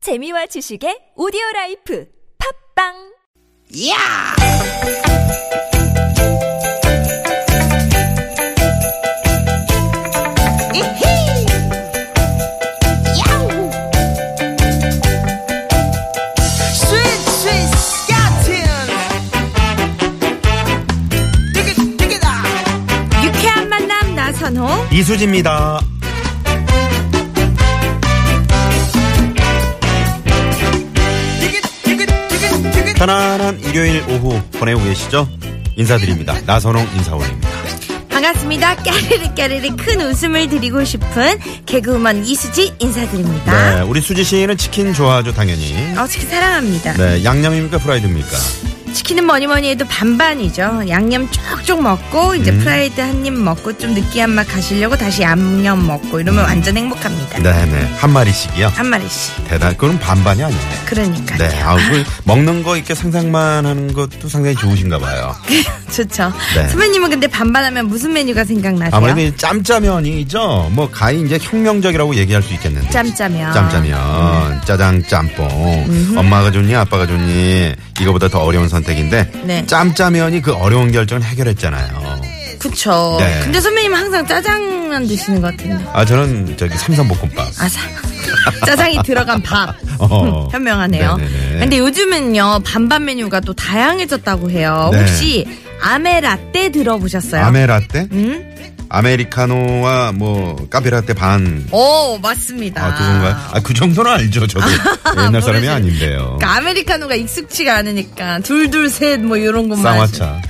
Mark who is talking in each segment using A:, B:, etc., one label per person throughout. A: 재미와 지식의 오디오 라이프 팝빵!
B: 야! 이히! 야우! 스윗 스윗 스카틴! 띠깃 띠깃아!
C: 유쾌한 만남 나선호
D: 이수지입니다.
B: 띠깃 띠깃 띠깃 띠깃
D: 편안한 일요일 오후 보내고 계시죠? 인사드립니다. 나선홍 인사원입니다.
C: 반갑습니다. 까르르 까르르 큰 웃음을 드리고 싶은 개그우먼 이수지 인사드립니다.
D: 네, 우리 수지 씨는 치킨 좋아하죠, 당연히.
C: 어떻게 사랑합니다.
D: 네, 양념입니까, 프라이드입니까?
C: 치킨은 뭐니 뭐니 해도 반반이죠. 양념 쭉쭉 먹고
D: 음.
C: 이제 프라이드 한 입 먹고 좀 느끼한 맛 가시려고 다시 양념 먹고 이러면 완전 행복합니다.
D: 네, 네, 한 마리씩이요.
C: 한 마리씩.
D: 대단, 그건 반반이 아니에요.
C: 그러니까
D: 네,
C: 요
D: 아우, 그 먹는 거 이렇게 상상만 하는 것도 상당히 좋으신가 봐요.
C: 좋죠.
D: 네.
C: 선배님은 근데 반반하면 무슨 메뉴가 생각나세요?
D: 아무래도 이 짬짜면이죠. 뭐, 가히 이제 혁명적이라고 얘기할 수 있겠는데.
C: 짬짜면.
D: 짬짜면, 짜장, 짬뽕. 엄마가 좋니, 아빠가 좋니. 이거보다 더 어려운 선택인데.
C: 네.
D: 짬짜면이 그 어려운 결정을 해결했잖아요.
C: 그쵸.
D: 네.
C: 근데 선배님은 항상 짜장면 드시는 것 같은데.
D: 아, 저는 저기 삼선볶음밥.
C: 아사. 짜장이 들어간 밥.
D: 어.
C: 현명하네요.
D: 네네네.
C: 근데 요즘은요, 반반 메뉴가 또 다양해졌다고 해요.
D: 네.
C: 혹시 아메라떼 들어보셨어요?
D: 아메라떼?
C: 음?
D: 아메리카노와 뭐, 카페라떼 반.
C: 오, 맞습니다.
D: 아, 그건가요? 아, 그 정도는 알죠. 저도 옛날 사람이
C: 모르지.
D: 아닌데요.
C: 그러니까 아메리카노가 익숙치가 않으니까 둘 둘 셋 뭐 이런 것만
D: 쌍화차.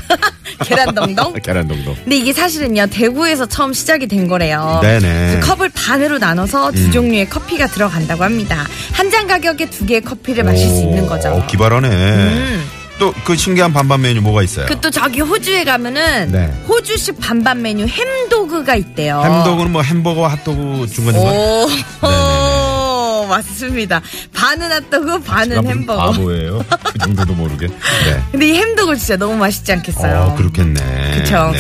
C: 계란동동
D: 계란동동.
C: 근데 이게 사실은요 대구에서 처음 시작이 된 거래요.
D: 네네. 음.
C: 그 컵을 반으로 나눠서 두 종류의 커피가 들어간다고 합니다. 한 잔 가격에 두 개의 커피를 마실 수 있는 거죠. 음.
D: 오, 어, 기발하네. 또 그 신기한 반반 메뉴 뭐가 있어요?
C: 그 또 저기 호주에 가면은
D: 네.
C: 호주식 반반 메뉴 햄도그가 있대요.
D: 햄도그는 뭐 햄버거, 핫도그 뭐. 중간 중간.
C: 아. 오,
D: 네네네.
C: 오, 맞습니다. 반은 핫도그,
D: 네,
C: 반은 햄버거.
D: 바보예요. 그 정도도 모르게. 네.
C: 근데 이 햄도그 진짜 너무 맛있지 않겠어요?
D: 어, 그렇겠네.
C: 그쵸.
D: 네.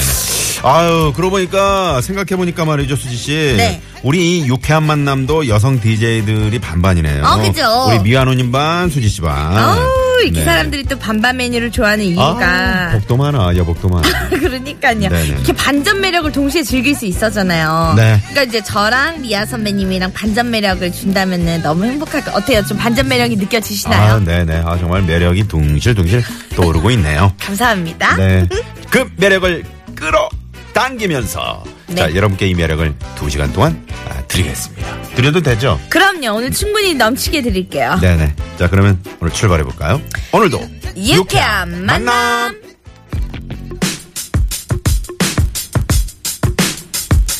D: 아유, 그러고 보니까, 생각해보니까 말이죠, 수지씨.
C: 네.
D: 우리 이 유쾌한 만남도 여성 DJ들이 반반이네요.
C: 어, 그죠.
D: 우리 미아노님 반, 수지씨 반.
C: 아우, 이렇게 그
D: 네.
C: 사람들이 또 반반 메뉴를 좋아하는 이유가.
D: 아, 복도 많아, 여복도 많아.
C: 그러니까요.
D: 네네네.
C: 이렇게 반전 매력을 동시에 즐길 수 있었잖아요.
D: 네.
C: 그러니까 이제 저랑 미아 선배님이랑 반전 매력을 준다면은 너무 행복할 것 어때요? 좀 반전 매력이 느껴지시나요?
D: 아, 네네. 아, 정말 매력이 둥실둥실 떠오르고 있네요.
C: 감사합니다.
D: 네. 그 매력을 끌어당기면서
C: 네.
D: 자 여러분께 이 매력을 두 시간 동안 아, 드리겠습니다. 드려도 되죠?
C: 그럼요. 오늘 충분히 넘치게 드릴게요.
D: 네네. 자 그러면 오늘 출발해 볼까요? 오늘도
C: 유쾌한 만남.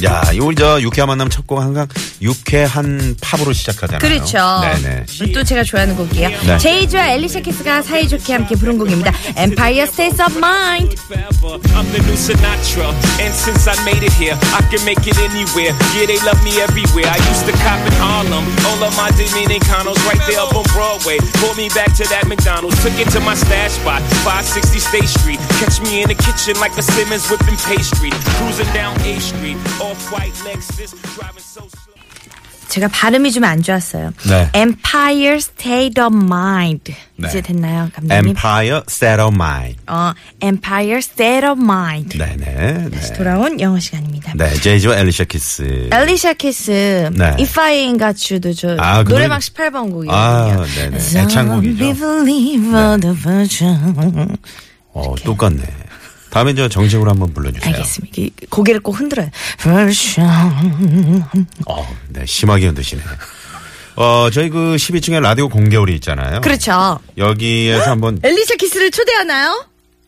D: 야, 이 우리 저 유쾌한 만남 첫 곡은 항상 유쾌한 팝으로 시작하잖아요.
C: 그렇죠.
D: 네네.
C: 또 제가 좋아하는 곡이에요.
D: 네.
C: 제이조와 엘리샤 키스가 사이좋게 함께 부른 곡입니다. Empire States of Mind.
E: forever. I'm the new Sinatra, and since I made it here, I can make it anywhere. Yeah, they love me everywhere. I used to cop in Harlem, all of my Dominicanos right there up on Broadway. Pulled me back to that McDonald's, took it to my stash spot, 560 State Street. Catch me in the kitchen like a Simmons whipping pastry. Cruising down A Street, off white Lexus, driving so slow.
C: 제가 발음이 좀 안 좋았어요.
D: 네.
C: Empire State of Mind.
D: 네.
C: 이제 됐나요, 감독님?
D: Empire Set of Mine.
C: 어, Empire State of Mind.
D: 네네. 네.
C: 돌아온 영어 시간입니다.
D: 네, 제이지와 엘리샤 키스.
C: 엘리샤 키스
D: 네.
C: If I Ain't Got You도 저
D: 아, 그
C: 노래방
D: 노래-
C: 18번 곡이거든요.
D: 아, 네네. 애창곡이죠. 네.
C: Don't be believe all the virtue.
D: 어, 똑같네. 다음에 저 정식으로 한번 불러주세요.
C: 알겠습니다. 이- 고개를 꼭 흔들어요. Virtue.
D: 어, 네, 심하게 흔드시네. 어, 저희 그 12층에 라디오 공개홀이 있잖아요.
C: 그렇죠. 네.
D: 여기에서 한번
C: 엘리샤 키스를 초대하나요?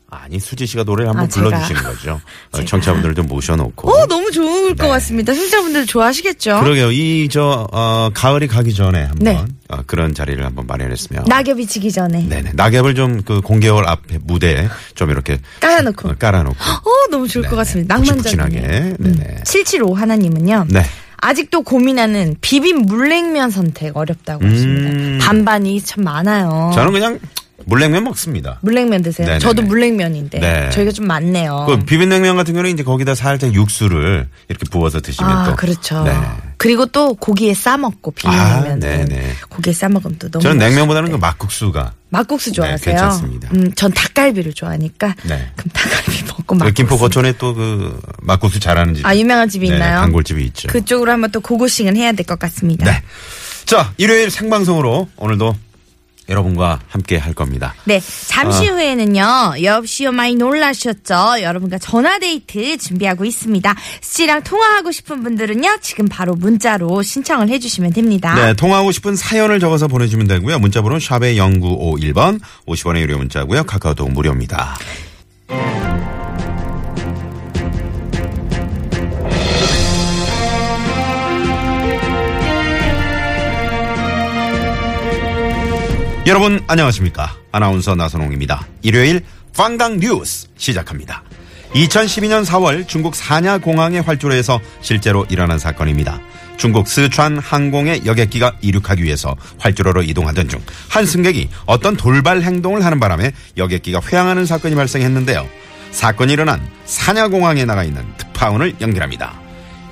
D: 아니 수지 씨가 노래를 한번
C: 아, 제가.
D: 불러주시는 거죠. 어, 청취자분들 좀 모셔놓고.
C: 오, 어, 너무 좋을 것
D: 네. 그렇죠.
C: 같습니다. 청자분들 좋아하시겠죠?
D: 그러게요. 이 저 어, 가을이 가기 전에 한번
C: 네.
D: 어, 그런 자리를 한번 마련했으면.
C: 낙엽이 지기 전에
D: 네네. 낙엽을 좀 그 공개월 앞에 무대에 좀 이렇게
C: 깔아놓고.
D: 어, 깔아놓고.
C: 오, 너무 좋을 것
D: 네네.
C: 같습니다. 그- 낭만적이네요. 음.
D: 푹신푹신하게. 네네.
C: 775 하나님은요.
D: 네.
C: 아직도 고민하는 비빔 물냉면 선택 어렵다고
D: 음.
C: 하십니다. 반반이 참 많아요.
D: 저는 그냥 물냉면 먹습니다.
C: 물냉면 드세요.
D: 네네네.
C: 저도 물냉면인데
D: 네.
C: 저희가 좀 많네요.
D: 그 비빔냉면 같은 경우는 이제 거기다 살짝 육수를 이렇게 부어서 드시면
C: 아,
D: 또
C: 그렇죠.
D: 네.
C: 그리고 또 고기에 싸 먹고 비빔라면
D: 아, 네네.
C: 고기에 싸 먹으면 또 너무
D: 저는 냉면보다는 그
C: 맛있을 때.
D: 막국수가
C: 막국수 좋아하세요?
D: 괜찮습니다.
C: 음, 전 닭갈비를 좋아하니까
D: 네.
C: 그럼 닭갈비 먹고
D: 그
C: 막국수.
D: 김포 거촌에 또 그 막국수 잘하는 집.
C: 아 유명한 집이
D: 네,
C: 있나요?
D: 단골집이 있죠.
C: 그쪽으로 한번 또 고고싱은 해야 될 것 같습니다.
D: 네. 자, 일요일 생방송으로 오늘도 여러분과 함께 할 겁니다.
C: 네, 잠시 후에는요, 역시요 많이 놀라셨죠? 여러분과 전화데이트 준비하고 있습니다. 씨랑 통화하고 싶은 분들은요, 지금 바로 문자로 신청을 해주시면 됩니다.
D: 네, 통화하고 싶은 사연을 적어서 보내주면 되고요. 문자번호 샵의 0951번, 50원의 유료 문자고요. 카카오톡 무료입니다. 여러분 안녕하십니까 아나운서 나선홍입니다 일요일 빵당 뉴스 시작합니다 2012년 4월 중국 사냐 공항의 활주로에서 실제로 일어난 사건입니다 중국 스촨 항공의 여객기가 이륙하기 위해서 활주로로 이동하던 중 한 승객이 어떤 돌발 행동을 하는 바람에 여객기가 회항하는 사건이 발생했는데요 사건이 일어난 사냐 공항에 나가 있는 특파원을 연결합니다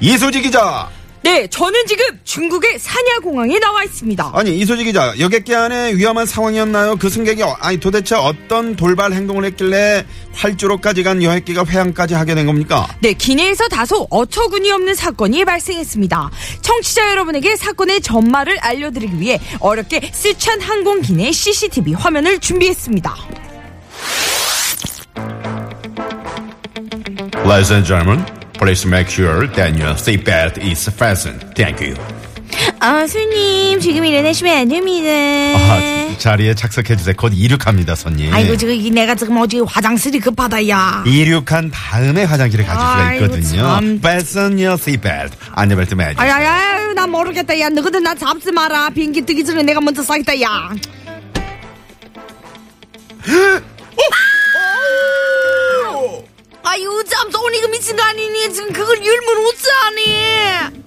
D: 이수지 기자
C: 네, 저는 지금 중국의 사냐공항에 나와 있습니다.
D: 아니 이소지 기자 여객기 안에 위험한 상황이었나요? 그 승객이 어- 아니 도대체 어떤 돌발 행동을 했길래 활주로까지 간 여객기가 회항까지 하게 된 겁니까?
C: 네, 기내에서 다소 어처구니없는 사건이 발생했습니다. 청취자 여러분에게 사건의 전말을 알려드리기 위해 어렵게 쓰촨 항공 기내 CCTV 화면을 준비했습니다.
D: Ladies and gentlemen, please make sure that your seatbelt is fastened. Thank you.
C: 아, 손님, 지금 일어나시면 안 됩니다.
D: 아, 자리에 착석해 주세요. 곧 이륙합니다, 손님.
C: 네. 아이고 지금 이 내가 지금 어제 화장실이 급하다야.
D: 이륙한 다음에 화장실에 가실 수가
C: 아이고,
D: 있거든요.
C: 참.
D: Fasten your seatbelt. 안전벨트 매주.
C: 아야야, 나 모르겠다. 야, 너희들 나 잡지 마라. 비행기 뜨기 전에 내가 먼저 싸겠다. 야. 아유, 참, 소니가 미친 거 아니니? 지금 그걸 열면 어쩌니?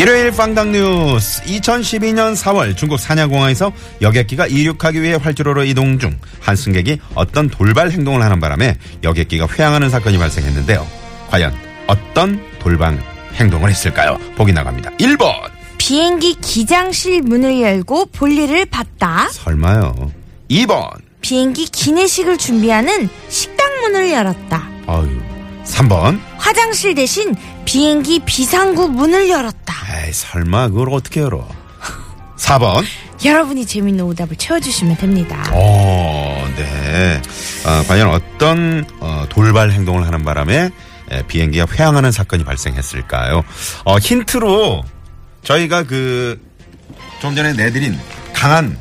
D: 일요일 빵당 뉴스 2012년 4월 중국 산야공항에서 여객기가 이륙하기 위해 활주로로 이동 중 한 승객이 어떤 돌발 행동을 하는 바람에 여객기가 회항하는 사건이 발생했는데요. 과연 어떤 돌발 행동을 했을까요? 보기 나갑니다. 1번
C: 비행기 기장실 문을 열고 볼일을 봤다.
D: 설마요. 2번
C: 비행기 기내식을 준비하는 식당 문을 열었다.
D: 어유 3번
C: 화장실 대신 비행기 비상구 문을 열었다.
D: 에이 설마 그걸 어떻게 열어? 4번
C: 여러분이 재밌는 오답을 채워주시면 됩니다.
D: 어, 네. 아, 과연 어떤 어, 돌발 행동을 하는 바람에 에, 비행기가 회항하는 사건이 발생했을까요? 어, 힌트로 저희가 그 좀 전에 내드린 강한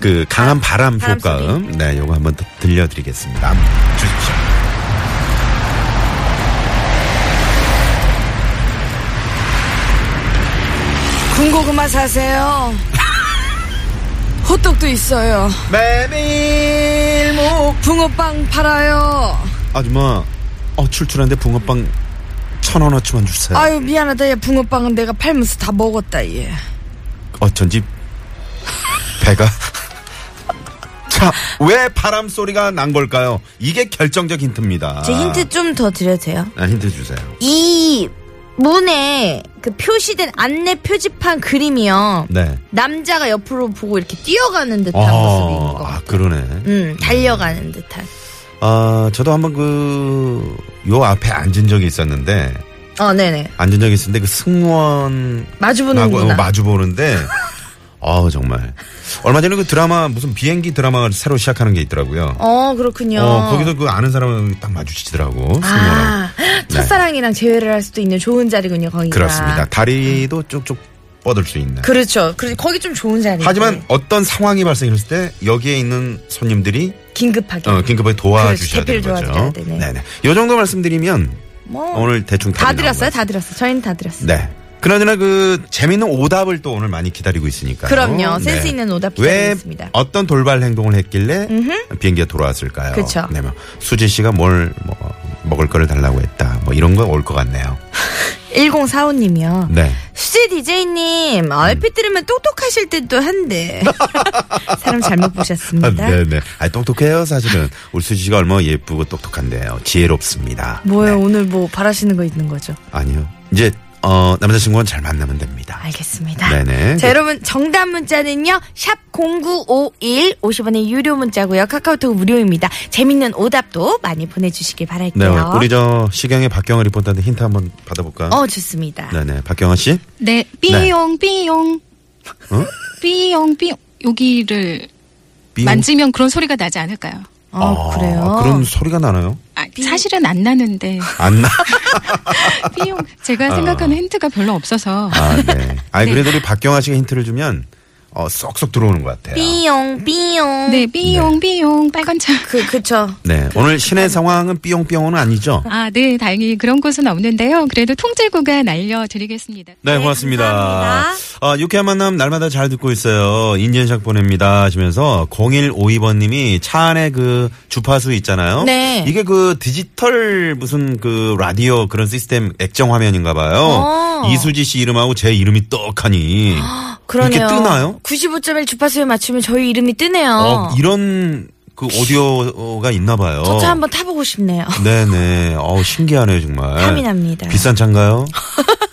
D: 그 강한 바람
C: 바람 소리.
D: 효과음, 네, 요거 한번 더 들려드리겠습니다. 한번 주십시오.
C: 군고구마 사세요. 호떡도 있어요. 메밀묵 붕어빵 팔아요.
D: 아줌마, 어, 출출한데 붕어빵 천 원어치만 주세요.
C: 아유 미안하다 얘 붕어빵은 내가 팔면서 다 먹었다 얘.
D: 어쩐지 배가 자 왜 바람 소리가 난 걸까요? 이게 결정적 힌트입니다.
C: 제 힌트 좀 더 드려도 돼요?
D: 아, 힌트 주세요.
C: 이 문에 그 표시된 안내 표지판 그림이요.
D: 네.
C: 남자가 옆으로 보고 이렇게 뛰어가는 듯한 모습인 것
D: 아,
C: 같아요.
D: 아 그러네.
C: 음, 달려가는 듯한.
D: 아 저도 한번 그 요 앞에 앉은 적이 있었는데
C: 어, 네네.
D: 앉은 적이 있었는데 그 승무원
C: 마주보는구나.
D: 마주 보는데 아 정말 얼마 전에 그 드라마 무슨 비행기 드라마를 새로 시작하는 게 있더라고요.
C: 어, 그렇군요.
D: 어, 거기서 그 아는 사람을 딱 마주치더라고. 승무원하고.
C: 아, 첫사랑이랑 재회를 할 수도 있는 좋은 자리군요, 거기가.
D: 그렇습니다. 다리도 쭉쭉 뻗을 수 있는.
C: 음. 그렇죠. 그래, 거기 좀 좋은 자리.
D: 하지만 어떤 상황이 발생했을 때 여기에 있는 손님들이
C: 긴급하게.
D: 어, 긴급하게 도와주셔야
C: 네. 그렇죠.
D: 되는
C: 대피를
D: 거죠.
C: 도와드려야 되네.
D: 요 정도 말씀드리면
C: 뭐,
D: 오늘 대충
C: 다
D: 답이 나온
C: 드렸어요,
D: 것 같아요.
C: 다 드렸어요. 저희는 다 드렸어요.
D: 네. 그나저나 그 재밌는 오답을 또 오늘 많이 기다리고 있으니까요. 네.
C: 그럼요. 센스 있는 오답
D: 어, 왜
C: 기다리겠습니다.
D: 어떤 돌발 행동을 했길래 비행기가 돌아왔을까요?
C: 그쵸.
D: 네, 뭐 수지 씨가 뭘 뭐, 먹을 거를 달라고 했다. 뭐 이런 거 올 것 같네요.
C: 1045님이요.
D: 네.
C: 수지 DJ님, 어,
D: 음.
C: 얼핏 들으면 똑똑하실 듯도 한데. 사람 잘못
D: 아,
C: 보셨습니다.
D: 네네. 아, 똑똑해요, 사실은. 우리 수지 씨가 얼마나 예쁘고 똑똑한데요. 지혜롭습니다.
C: 뭐예요,
D: 네.
C: 오늘 뭐 바라시는 거 있는 거죠?
D: 아니요. 이제, 어, 남자친구는 잘 만나면 됩니다.
C: 알겠습니다.
D: 네네.
C: 자, 여러분, 정답 문자는요, 샵0951, 50원의 유료 문자고요 카카오톡 무료입니다. 재밌는 오답도 많이 보내주시길
D: 네, 오늘
C: 바랄게요.
D: 우리 저 시경의 박경아 리포터한테 힌트 한번 받아볼까요?
C: 어, 좋습니다.
D: 네네. 박경아 씨?
F: 네, 삐용 삐용.
D: 어?
F: 삐용 삐용. 여기를
D: 삐용?
F: 만지면 그런 소리가 나지 않을까요?
C: 어,
D: 아,
C: 그래요.
D: 그런 소리가 나나요?
F: 아, 사실은 안 나는데
D: 안 나.
F: 삐용 제가 생각하는 힌트가 별로 없어서
D: 아, 네. 아니, 그래도 우리 박경아 씨가 힌트를 주면, 어, 쏙쏙 들어오는 것 같아요.
C: 삐용, 삐용.
F: 네 삐용 삐용 빨간 차.
C: 그, 그쵸.
D: 네. 오늘 시내 상황은 삐용삐용은 아니죠?
F: 아, 네, 다행히 그런 곳은 없는데요. 그래도 통제 구간 알려드리겠습니다.
D: 네, 고맙습니다.
C: 감사합니다.
D: 아, 유쾌한 만남 날마다 잘 듣고 있어요. 인증샷 보냅니다 하시면서 0152번 님이 차 안에 그 주파수 있잖아요.
C: 네.
D: 이게 그 디지털 무슨 그 라디오 그런 시스템 액정 화면인가 봐요.
C: 어.
D: 이수지 씨 이름하고 제 이름이 떡하니.
C: 그러네요.
D: 이렇게 뜨나요?
C: 95.1 주파수에 맞추면 저희 이름이 뜨네요.
D: 어, 이런 어. 그 오디오가 있나 봐요.
C: 저 차 한번 타보고 싶네요.
D: 네네. 어우, 신기하네요, 정말.
C: 탐이 납니다.
D: 비싼 차인가요?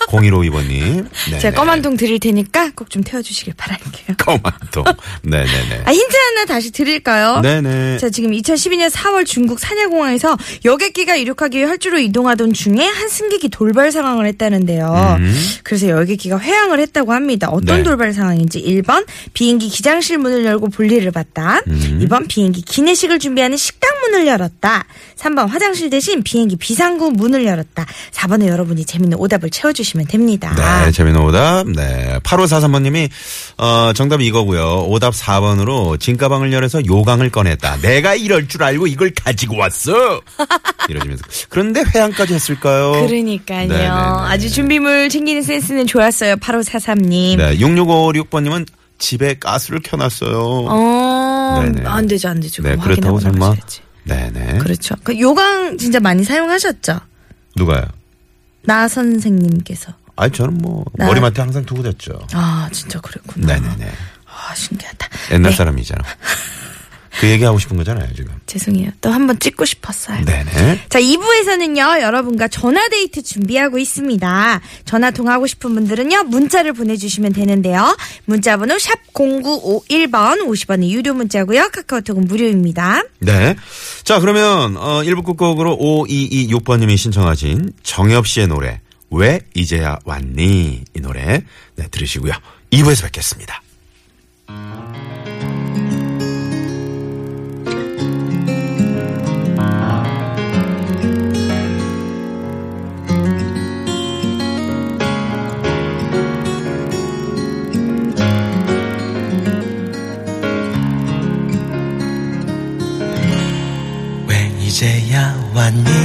D: 0152번님.
C: 제가 껌한통 드릴 테니까 꼭 좀 태워주시길 바랄게요.
D: 꼬만동. 네네네.
C: 아, 힌트 하나 다시 드릴까요?
D: 네네.
C: 자, 지금 2012년 4월 중국 산야공항에서 여객기가 이륙하기 위해 활주로 이동하던 중에 한 승객이 돌발 상황을 했다는데요. 그래서 여객기가 회항을 했다고 합니다. 어떤
D: 음. 네.
C: 돌발 상황인지 1번 비행기 기장실 문을 열고 볼일을 봤다.
D: 음.
C: 2번 비행기 기내식을 준비하는 식당 문을 열었다. 3번 화장실 대신 비행기 비상구 문을 열었다. 4번에 여러분이 재밌는 오답을 채워주시면 됩니다.
D: 네, 재미있는 오답. 네. 8543번님이, 어, 정답이 이거고요 오답 4번으로 진가방을 열어서 요강을 꺼냈다. 내가 이럴 줄 알고 이걸 가지고 왔어! 이러시면서. 그런데 회항까지 했을까요?
C: 그러니까요.
D: 네네네.
C: 아주 준비물 챙기는 센스는 좋았어요. 8543님.
D: 네, 6656번님은 집에 가스를 켜놨어요.
C: 어,
D: 네네.
C: 안 되죠, 안 되죠.
D: 네,
C: 그럼
D: 그렇다고
C: 확인하고
D: 설마.
C: 나가셔야지.
D: 네네.
C: 그렇죠. 그 요강 진짜 많이 사용하셨죠?
D: 누가요?
C: 나 선생님께서.
D: 아니, 저는 뭐,
C: 나-
D: 머리맡에 항상 두고 잤죠.
C: 아, 진짜 그랬구나.
D: 네네네.
C: 아, 신기하다.
D: 옛날
C: 네,
D: 사람이잖아. 그 얘기하고 싶은 거잖아요, 지금.
C: 죄송해요. 또 한 번 찍고 싶었어요.
D: 네네.
C: 자, 2부에서는요, 여러분과 전화데이트 준비하고 있습니다. 전화 통화하고 싶은 분들은요, 문자를 보내주시면 되는데요. 문자번호 샵0951번, 50원의 유료 문자고요 카카오톡은 무료입니다.
D: 네. 자, 그러면, 어, 1부 끝곡으로 5226번님이 신청하신 정엽 씨의 노래, 왜 이제야 왔니? 이 노래, 네, 들으시고요. 2부에서 뵙겠습니다.
G: 왜 이제야 왔니